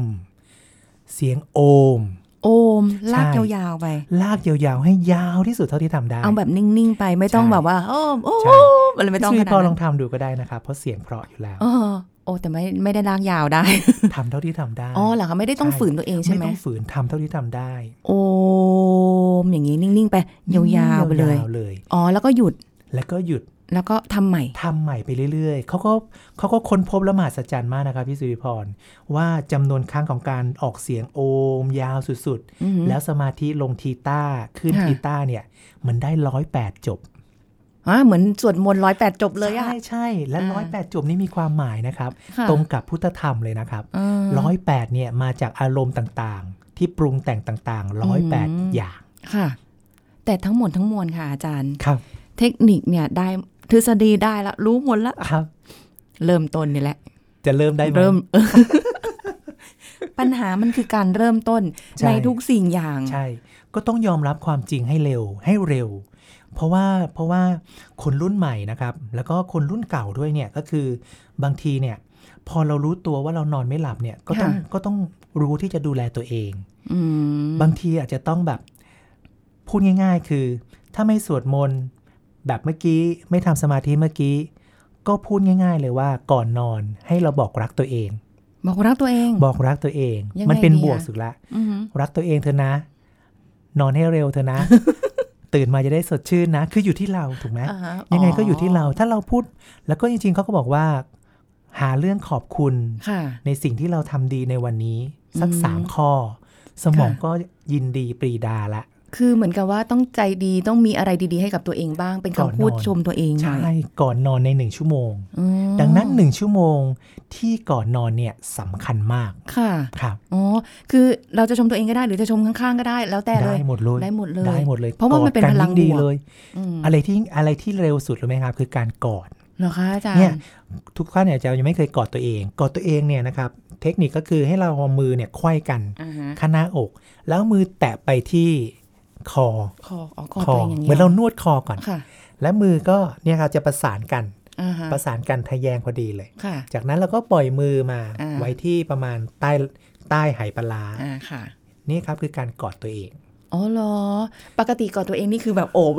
[SPEAKER 3] เสียงโอม
[SPEAKER 2] โอม ลาก
[SPEAKER 3] ใช่
[SPEAKER 2] ยาวๆไป
[SPEAKER 3] ลากยาวๆให้ยาวที่สุดเท่าที่ทำได้
[SPEAKER 2] เอาแบบนิ่ง ๆ ไปไม่ต้อง
[SPEAKER 3] ใช่
[SPEAKER 2] แบบว่า โอ้มโอ้
[SPEAKER 3] ใช่
[SPEAKER 2] มอะไรไม่ต้อง
[SPEAKER 3] ซึ่
[SPEAKER 2] ข
[SPEAKER 3] ง
[SPEAKER 2] นาด
[SPEAKER 3] พอล
[SPEAKER 2] นั้
[SPEAKER 3] อน งทำดูก็ได้นะครับเพราะเสียงเพราะอยู่แล้ว
[SPEAKER 2] เออโอ้แต่ไม่ไม่ได้ลากยาวได้
[SPEAKER 3] ทำเท่าที่ทำได้
[SPEAKER 2] อ๋อเหรอคะไม่ได้ต้อง
[SPEAKER 3] ใช่
[SPEAKER 2] ฝืนตัวเองใช่ไหม
[SPEAKER 3] ไม่ต้องฝืนทำเท่าที่ทำได้
[SPEAKER 2] โอมอย่างนี้นิ่ง ๆ ไป ยาวๆไปเลย
[SPEAKER 3] ยาวๆเลย
[SPEAKER 2] อ๋อแล้วก็หยุด
[SPEAKER 3] แล้วก็หยุด
[SPEAKER 2] แล้วก็ทำใหม่
[SPEAKER 3] ทำใหม่ไปเรื่อยๆ เขาก็เขาก็ค้นพบและมหัศจรรย์มากนะครับพี่สุริพร ว่าจำนวนครั้งของการออกเสียงโอม ยาวสุด
[SPEAKER 2] อือหือ
[SPEAKER 3] ๆ แล้วสมาธิลงทีต้าขึ้น
[SPEAKER 2] ค่ะ
[SPEAKER 3] ทีต้าเนี่ยมันได้ร้อยแปดจบ
[SPEAKER 2] อ่าเหมือนสวดมนต์ร้อยแปดจบเลยอะ
[SPEAKER 3] ใช่ใช่และ
[SPEAKER 2] อ่
[SPEAKER 3] ร้อยแปดจบนี้มีความหมายนะครับ
[SPEAKER 2] ค่ะ
[SPEAKER 3] ตรงกับพุทธธรรมเลยนะครับ
[SPEAKER 2] อ่า
[SPEAKER 3] ร้อยแปดเนี่ยมาจากอารมณ์ต่างๆ ที่ปรุงแต่งต่างๆ
[SPEAKER 2] อื
[SPEAKER 3] ร้อยแปด
[SPEAKER 2] ม
[SPEAKER 3] อย่าง
[SPEAKER 2] ค่ะ แต่ทั้งหมดทั้งมวลค่ะอาจารย์
[SPEAKER 3] ครับ
[SPEAKER 2] เทคนิคเนี่ยได้ทฤษฎีได้ละรู้หมดละ
[SPEAKER 3] ครับ
[SPEAKER 2] เริ่มต้นนี่แหละ
[SPEAKER 3] จะเริ่มได้ไหม
[SPEAKER 2] เริ่ม ปัญหามันคือการเริ่มต้น
[SPEAKER 3] ใช่
[SPEAKER 2] ในทุกสิ่งอย่าง
[SPEAKER 3] ใช่ ก็ต้องยอมรับความจริงให้เร็วให้เร็ว เพราะว่าเพราะว่าคนรุ่นใหม่นะครับ แล้วก็คนรุ่นเก่าด้วยเนี่ยก็คือบางทีเนี่ย พอเรารู้ตัวว่าเรานอนไม่หลับเนี่ยก็ต้อง
[SPEAKER 2] ค่ะ
[SPEAKER 3] ก็ต้องรู้ที่จะดูแลตัวเอง
[SPEAKER 2] อืม
[SPEAKER 3] บางทีอาจจะต้องแบบพูดง่าย ๆ คือ ถ้าไม่สวดมนต์แบบเมื่อกี้ไม่ทำสมาธิเมื่อกี้ ก็พูดง่าย ๆ เลยว่าก่อนนอนให้เราบอกรักตัวเอง
[SPEAKER 2] บอกรักตัวเอง
[SPEAKER 3] บอกรักตัวเอง
[SPEAKER 2] ยังไง
[SPEAKER 3] มันเป็น
[SPEAKER 2] ดี
[SPEAKER 3] บวก
[SPEAKER 2] อะ
[SPEAKER 3] สุดละ
[SPEAKER 2] อือหือ
[SPEAKER 3] รักตัวเองเถอะนะ นอนให้เร็วเถอะ นะ ตื่นมาจะได้สดชื่นนะ คืออยู่ที่เราถูกไหม
[SPEAKER 2] อ่าฮะ
[SPEAKER 3] ยังไงก็อยู่ที่เราถ้าเราพูด แล้วก็จริงๆเขาก็บอกว่า หาเรื่องขอบคุณ
[SPEAKER 2] ค่ะ
[SPEAKER 3] ในสิ่งที่เราทำดีในวันนี้ สัก
[SPEAKER 2] อืม
[SPEAKER 3] สามข้อ สมอง
[SPEAKER 2] ค่ะ
[SPEAKER 3] ก็ยินดีปรีดาละ
[SPEAKER 2] คือเหมือนกับว่าต้องใจดีต้องมีอะไรดีๆให้กับตัวเองบ้าง เป็น
[SPEAKER 3] ก่อนนอน
[SPEAKER 2] คำพูดชมตัวเองหน่
[SPEAKER 3] ใช่
[SPEAKER 2] อย
[SPEAKER 3] ก่อนนอนในหนึ่งชั่วโมง
[SPEAKER 2] อืม
[SPEAKER 3] ดังนั้นหนึ่งชั่วโมงที่ก่อนนอนเนี่ยสำคัญมาก
[SPEAKER 2] ค่ะ
[SPEAKER 3] ครับ
[SPEAKER 2] อ๋อ คือเราจะชมตัวเองก็ได้ หรือจะชมข้างๆก็ได้ แล้วแต่เล
[SPEAKER 3] ได้
[SPEAKER 2] ย
[SPEAKER 3] หมดเลย
[SPEAKER 2] ได้หมดเลย
[SPEAKER 3] ได้หมดเลย
[SPEAKER 2] เพราะว่ามันเป็น
[SPEAKER 3] กอด
[SPEAKER 2] พ
[SPEAKER 3] กั
[SPEAKER 2] ลัง
[SPEAKER 3] ยิ่ดี
[SPEAKER 2] บวก
[SPEAKER 3] เลย
[SPEAKER 2] อืม
[SPEAKER 3] อะไรที่อะไรที่เร็วสุดรู้ไหมครับ คือการกอด
[SPEAKER 2] เหรอคะอาจารย์
[SPEAKER 3] เนี่ยทุกท่านเนี่ยจะยังไม่เคยกอดตัวเอง กอดตัวเองเนี่ยนะครับ เทคนิคก็คือให้เราเอามือเนี่ยไขว้กัน
[SPEAKER 2] อ่าฮะ
[SPEAKER 3] ข้างหน้าอก แล้วมือแตะไปที่คอ
[SPEAKER 2] คออ๋อคอ
[SPEAKER 3] คอ
[SPEAKER 2] ตัวเองอย่าง
[SPEAKER 3] เห
[SPEAKER 2] เงี้ย
[SPEAKER 3] มือนเรานวดคอก่อน
[SPEAKER 2] ค่ะ
[SPEAKER 3] และมือก็เนี่ยครับจะประสานกัน
[SPEAKER 2] อ่าฮะ
[SPEAKER 3] ประสานกันทะแยงพอดีเลย
[SPEAKER 2] ค่ะ
[SPEAKER 3] จากนั้นเราก็ปล่อยมือมา
[SPEAKER 2] อ่า
[SPEAKER 3] ไว้ที่ประมาณใต้ใต้ไหปลาร้า
[SPEAKER 2] อ่าค่ะ
[SPEAKER 3] นี่ครับคือการกอดตัวเอง
[SPEAKER 2] อ๋อเหรอ ปกติกอดตัวเองนี่คือแบบโอบ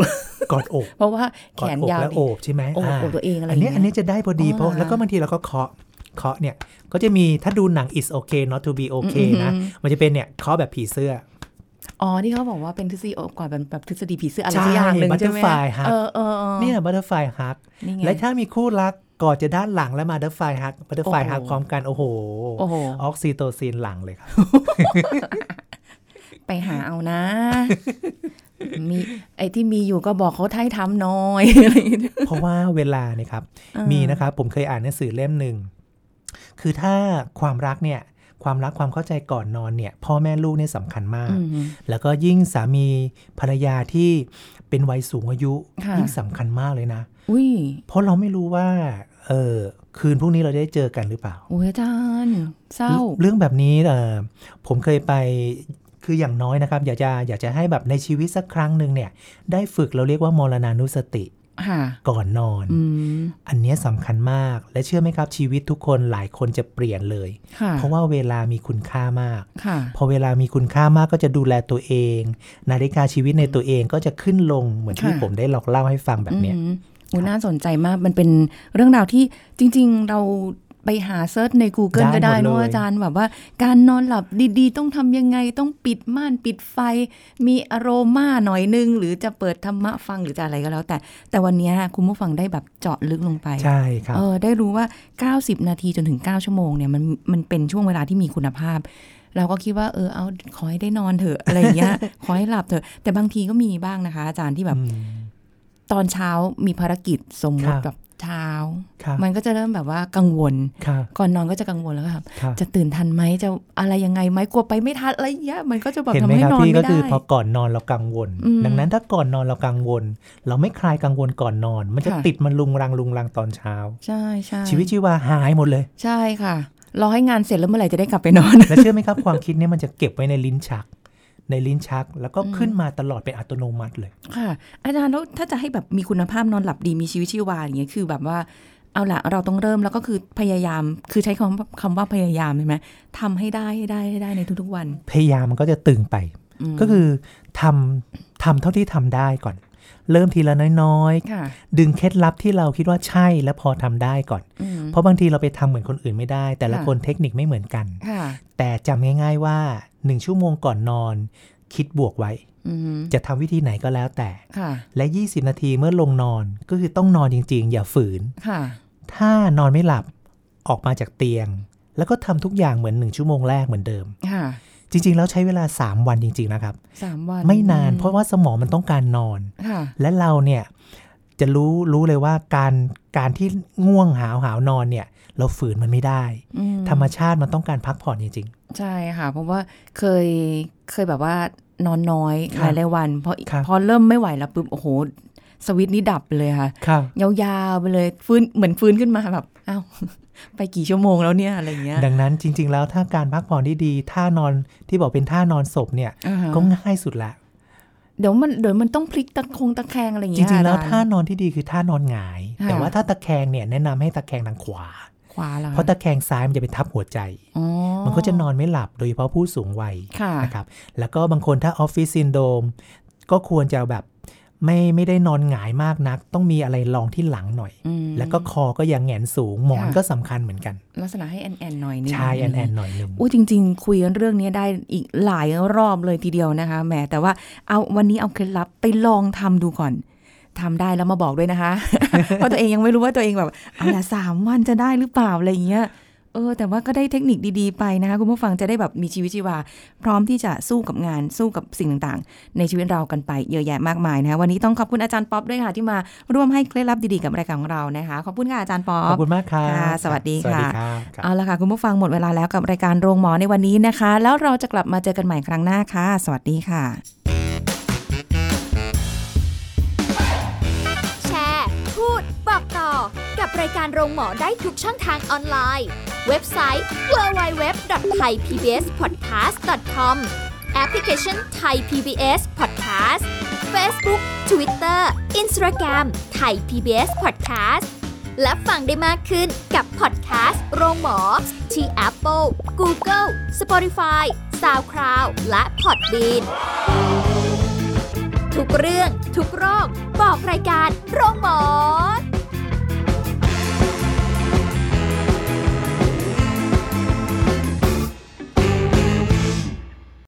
[SPEAKER 3] กอดอก
[SPEAKER 2] เพราะว่าแข
[SPEAKER 3] ก
[SPEAKER 2] น
[SPEAKER 3] อดอก
[SPEAKER 2] ยาว
[SPEAKER 3] แล้ว
[SPEAKER 2] นี่
[SPEAKER 3] โอบใช่ไหม
[SPEAKER 2] โอบ
[SPEAKER 3] า
[SPEAKER 2] โอบตัวเองอะไร
[SPEAKER 3] อันเนี้ย
[SPEAKER 2] อย่างเงี้ย
[SPEAKER 3] อันเนี้ยจะได้พอดี
[SPEAKER 2] อ๋อ
[SPEAKER 3] เพราะ
[SPEAKER 2] เหรอ
[SPEAKER 3] แล้วก็บางทีเราก็เคาะเคาะเนี่ยก็จะมีถ้าดูหนัง is okay not to be okay
[SPEAKER 2] อืมอืม
[SPEAKER 3] นะมันจะเป็นเนี่ยเคาะแบบผีเสื้อ
[SPEAKER 2] อ๋อที่เขาบอกว่าเป็นทฤษฎีโอบกอดแบบแบบทฤษฎีผีเสื้ออะไร
[SPEAKER 3] ใช่
[SPEAKER 2] สักอย่างหนึ่งใช่ไหม
[SPEAKER 3] butterfly hug
[SPEAKER 2] เออเออออ
[SPEAKER 3] เนี่ย butterfly hug
[SPEAKER 2] นี่ไง
[SPEAKER 3] และถ้ามีคู่รักกอดจะด้านหลังแล้วมา butterfly hug butterfly
[SPEAKER 2] โอ้โห
[SPEAKER 3] hug พร้อมกัน โอ้โห
[SPEAKER 2] โอ้โห
[SPEAKER 3] ออกซิโตซินหลังเลยครับ
[SPEAKER 2] ไปหาเอานะ มีไอ้ที่มีอยู่ก็บอกเขาให้ทำหน้อย อะไรอย่างเงี้ย
[SPEAKER 3] เพราะว่าเวลาเนี่ยครับ
[SPEAKER 2] เออ
[SPEAKER 3] มีนะครับ ผมเคยอ่านหนังสือเล่มหนึ่ง คือถ้าความรักเนี่ย ความรักความเข้าใจก่อนนอนเนี่ย พ่อแม่ลูกเนี่ยสำคัญมาก
[SPEAKER 2] อืม
[SPEAKER 3] แล้วก็ยิ่งสามีภรรยาที่เป็นวัยสูงอายุ
[SPEAKER 2] ค่ะ
[SPEAKER 3] ยิ่งสำคัญมากเลยนะ
[SPEAKER 2] อุ้ย
[SPEAKER 3] เพราะเราไม่รู้ว่าเออคืนพรุ่งนี้เราได้เจอกันหรือเปล่า
[SPEAKER 2] อุ้ยอาจารย์เศร้า
[SPEAKER 3] เรื่องแบบนี้เออผมเคยไปคืออย่างน้อยนะครับ อยากจะอยากจะให้แบบในชีวิตสักครั้งหนึ่งเนี่ย ได้ฝึกเราเรียกว่ามรณานุสติ
[SPEAKER 2] ค่ะ
[SPEAKER 3] ก่อนนอน
[SPEAKER 2] อืม
[SPEAKER 3] อันเนี้ยสำคัญมากและเชื่อไหมครับชีวิตทุกคนหลายคนจะเปลี่ยนเลย
[SPEAKER 2] ค่ะ
[SPEAKER 3] เพราะว่าเวลามีคุณค่ามาก
[SPEAKER 2] ค่ะ
[SPEAKER 3] พอเวลามีคุณค่ามากก็จะดูแลตัวเอง นาฬิกาชีวิตในตัวเองก็จะขึ้นลงเหมือนที่
[SPEAKER 2] ค่ะ
[SPEAKER 3] ผมได้หลอกเล่าให้ฟังแบบเนี้ย
[SPEAKER 2] อืมโอ้น่าสนใจมาก มันเป็นเรื่องราวที่จริง ๆ เราไปหาเซิร์ชใน Google
[SPEAKER 3] ได้
[SPEAKER 2] ก็ได้
[SPEAKER 3] หมดเลย
[SPEAKER 2] เนอะอาจารย์แบบว่า การนอนหลับดีๆ ต้องทำยังไงต้องปิดม่านปิดไฟ มีอโรมาหน่อยนึง หรือจะเปิดธรรมะฟังหรือจะอะไรก็แล้ว แต่ แต่วันเนี้ยคุณผู้ฟังได้แบบเจาะลึกลงไป
[SPEAKER 3] ใช่ครับ
[SPEAKER 2] เออได้รู้ว่า 90 นาทีจนถึง 9 ชั่วโมงเนี่ยมันมันเป็นช่วงเวลาที่มีคุณภาพ เราก็คิดว่าเออเอาขอให้ได้นอนเถอะอะไรอย่างเงี้ย ขอให้หลับเถอะ แต่บางทีก็มีบ้างนะคะ อาจารย์ที่แบบ ตอนเช้ามีภารกิจสมมติ
[SPEAKER 3] ครับ
[SPEAKER 2] แบบเช้า
[SPEAKER 3] ครับ
[SPEAKER 2] มันก็จะเริ่มแบบว่ากังวล
[SPEAKER 3] ครับ
[SPEAKER 2] ก่อนนอนก็จะกังวลแล้วก็แบบ
[SPEAKER 3] ครับ
[SPEAKER 2] จะตื่นทันไหมจะอะไรยังไงไหมกลัวไปไม่ทันอะไรอย่างเงี้ยมันก็จะแบบ
[SPEAKER 3] เห็น
[SPEAKER 2] ทำ
[SPEAKER 3] ไหม
[SPEAKER 2] ให้
[SPEAKER 3] ครับ
[SPEAKER 2] นอน
[SPEAKER 3] พี่ก็
[SPEAKER 2] ไม่ได้
[SPEAKER 3] คือพอก่อนนอนเรากังวล
[SPEAKER 2] อืม
[SPEAKER 3] ดังนั้นถ้าก่อนนอนเรากังวล เราไม่คลายกังวลก่อนนอน มันจะ
[SPEAKER 2] ค่ะ
[SPEAKER 3] ติดมันลุงรังลุงรังตอนเช้า
[SPEAKER 2] ใช่ใช่
[SPEAKER 3] ชีวิตชีวาหายหมดเลย
[SPEAKER 2] ใช่ค่ะรอให้งานเสร็จแล้วเมื่อไหร่จะได้กลับไปนอน
[SPEAKER 3] และเชื่อไหมครับ ความคิดเนี้มันจะเก็บไว้ในลิ้นชัก ในลิ้นชักแล้วก็ขึ้นมาตลอดเป็นอัตโนมัติเลย
[SPEAKER 2] ค่ะ อาจารย์แล้วถ้าจะให้แบบมีคุณภาพนอนหลับดีมีชีวิตชีวาอย่างเงี้ยคือแบบว่าเอาละเราต้องเริ่มแล้วก็คือพยายาม คือใช้คำว่าคำว่าพยายามใช่ไหมทำให้ได้ให้ได้ให้ได้ในทุกๆวัน
[SPEAKER 3] พยายามมันก็จะตึงไป
[SPEAKER 2] ม
[SPEAKER 3] ก็คือทำทำเท่าที่ทำได้ก่อน เริ่มทีละน้อยๆ
[SPEAKER 2] ค่ะ
[SPEAKER 3] ดึงเคล็ดลับที่เราคิดว่าใช่และพอทำได้ก่อน
[SPEAKER 2] อืม
[SPEAKER 3] เพราะบางทีเราไปทำเหมือนคนอื่นไม่ได้ แต่ละ
[SPEAKER 2] ค่ะ
[SPEAKER 3] คนเทคนิคไม่เหมือนกัน
[SPEAKER 2] ค่ะ
[SPEAKER 3] แต่จำง่ายๆว่า 1 ชั่วโมงก่อนนอน คิดบวกไว้
[SPEAKER 2] อืม
[SPEAKER 3] จะทำวิธีไหนก็แล้วแต่
[SPEAKER 2] ค่ะ
[SPEAKER 3] และ 20 นาทีเมื่อลงนอนก็คือต้องนอนจริง ๆ อย่าฝืน
[SPEAKER 2] ค่ะ
[SPEAKER 3] ถ้านอนไม่หลับออกมาจากเตียง แล้วก็ทำทุกอย่างเหมือน 1 ชั่วโมงแรกเหมือนเดิม
[SPEAKER 2] ค่ะ
[SPEAKER 3] จริง ๆ แล้วใช้เวลา 3 วันจริง ๆ นะครับ
[SPEAKER 2] สามวัน
[SPEAKER 3] ไม่นานเพราะว่าสมองมันต้องการนอน
[SPEAKER 2] ค่ะ
[SPEAKER 3] และเราเนี่ยจะรู้รู้เลยว่าการการที่ง่วงหาวหาวนอนเนี่ย เราฝืนมันไม่ได้
[SPEAKER 2] อืม
[SPEAKER 3] ธรรมชาติมันต้องการพักผ่อนจริง
[SPEAKER 2] ใช่ค่ะ เพราะว่าเคยเคยแบบว่านอนน้อย
[SPEAKER 3] ค
[SPEAKER 2] ห
[SPEAKER 3] รับ
[SPEAKER 2] ลายหลายๆวันพอ
[SPEAKER 3] ครับ
[SPEAKER 2] พอเริ่มไม่ไหวแล้วปุ๊บโอ้โห สวิตช์นี้ดับไปเลยค่ะ
[SPEAKER 3] ๆ ครับ
[SPEAKER 2] ยาวๆไปเลยฟื้นเหมือนฟื้นขึ้นมาแบบอ้าว ไปกี่ชั่วโมงแล้วเนี่ยอะไรอย่างเงี้ย
[SPEAKER 3] ดังนั้นจริง ๆ แล้วถ้าการพักผ่อนที่ดีท่านอนที่บอกเป็นท่านอนศพเนี่ย
[SPEAKER 2] อ่าฮะ
[SPEAKER 3] ก็ง่ายสุดละ
[SPEAKER 2] เดี๋ยวมันเดี๋ยวมันต้องพลิกตะคงตะแคงอะไรอย่าง
[SPEAKER 3] จ
[SPEAKER 2] เงี้ย
[SPEAKER 3] ริง ๆ แล้ว
[SPEAKER 2] อจ
[SPEAKER 3] ท่า
[SPEAKER 2] ย์
[SPEAKER 3] นอนที่ดีคือท่านอนหงาย
[SPEAKER 2] ค่ะ
[SPEAKER 3] แต่ว่าถ้าตะแคงเนี่ยแนะนำให้ตะแคงทางขวา
[SPEAKER 2] ขวาเหรอค
[SPEAKER 3] เพราะตะแคงซ้ายมันจะเป็นทับหัวใจ
[SPEAKER 2] อ๋อ
[SPEAKER 3] มันก็จะนอนไม่หลับโดยเฉพาะผู้สูงวัย
[SPEAKER 2] ค่ะ
[SPEAKER 3] นะครับ แล้วก็บางคนถ้าออฟฟิศซินโดรมก็ควรจะแบบไม่ไม่ได้นอนหงายมากนัก ต้องมีอะไรรองที่หลังหน่อย
[SPEAKER 2] อืม
[SPEAKER 3] แล้วก็คอก็อยังแหงนสูงหมอน
[SPEAKER 2] ค่ะ
[SPEAKER 3] ก็สำคัญเหมือนกัน
[SPEAKER 2] ลักษณะให้แอนแอนๆหน่อยนึง
[SPEAKER 3] ชายแอนแอนหน่อยหนึ่ง
[SPEAKER 2] อู้จริง ๆ คุยเรื่องนี้ได้อีกหลายรอบเลยทีเดียวนะคะแหมแต่ว่าเอาวันนี้เอาเคล็ดลับไปลองทำดูก่อนทำได้แล้วมาบอกด้วยนะคะ เพราะตัวเองยังไม่รู้ว่าตัวเองแบบเอาละสามวันจะได้หรือเปล่าอะไรอย่างเงี้ยเออ แต่ว่าก็ได้เทคนิคดีๆไปนะคะคุณผู้ฟังจะได้แบบมีชีวิตชีวา พร้อมที่จะสู้กับงานสู้กับสิ่งต่างๆ ในชีวิตเรากันไปเยอะแยะมากมายนะคะวันนี้ต้องขอบคุณอาจารย์ป๊อปด้วยค่ะที่มาร่วมให้เคล็ดลับดีๆกับรายการของเรานะคะขอบคุณค่ะอาจารย์ป๊อ
[SPEAKER 3] ขอบ
[SPEAKER 2] ป
[SPEAKER 3] คุณมากครับ
[SPEAKER 2] ค่ะสวัสดี
[SPEAKER 3] สวัสดี
[SPEAKER 2] ค่ะ
[SPEAKER 3] ครับครับ
[SPEAKER 2] เอาละค่ะ คุณผู้ฟังหมดเวลาแล้วกับรายการโรงหมอในวันนี้นะคะ แล้วเราจะกลับมาเจอกันใหม่ครั้งหน้าค่ะ สวัสดีค่ะ
[SPEAKER 1] แชร์ พูด บอกต่อ กับรายการโรงหมอได้ทุกช่องทางออนไลน์ เว็บไซต์ www.thaipbspodcast.com แอปพลิเคชัน Thai PBS Podcast Facebook Twitter Instagram Thai PBS Podcast และฟังได้มากขึ้นกับพอดแคสต์โรงหมอ ที่ Apple, Google, Spotify, SoundCloud และ Podbean ทุกเรื่องทุกโรค บอกรายการโรงหมอ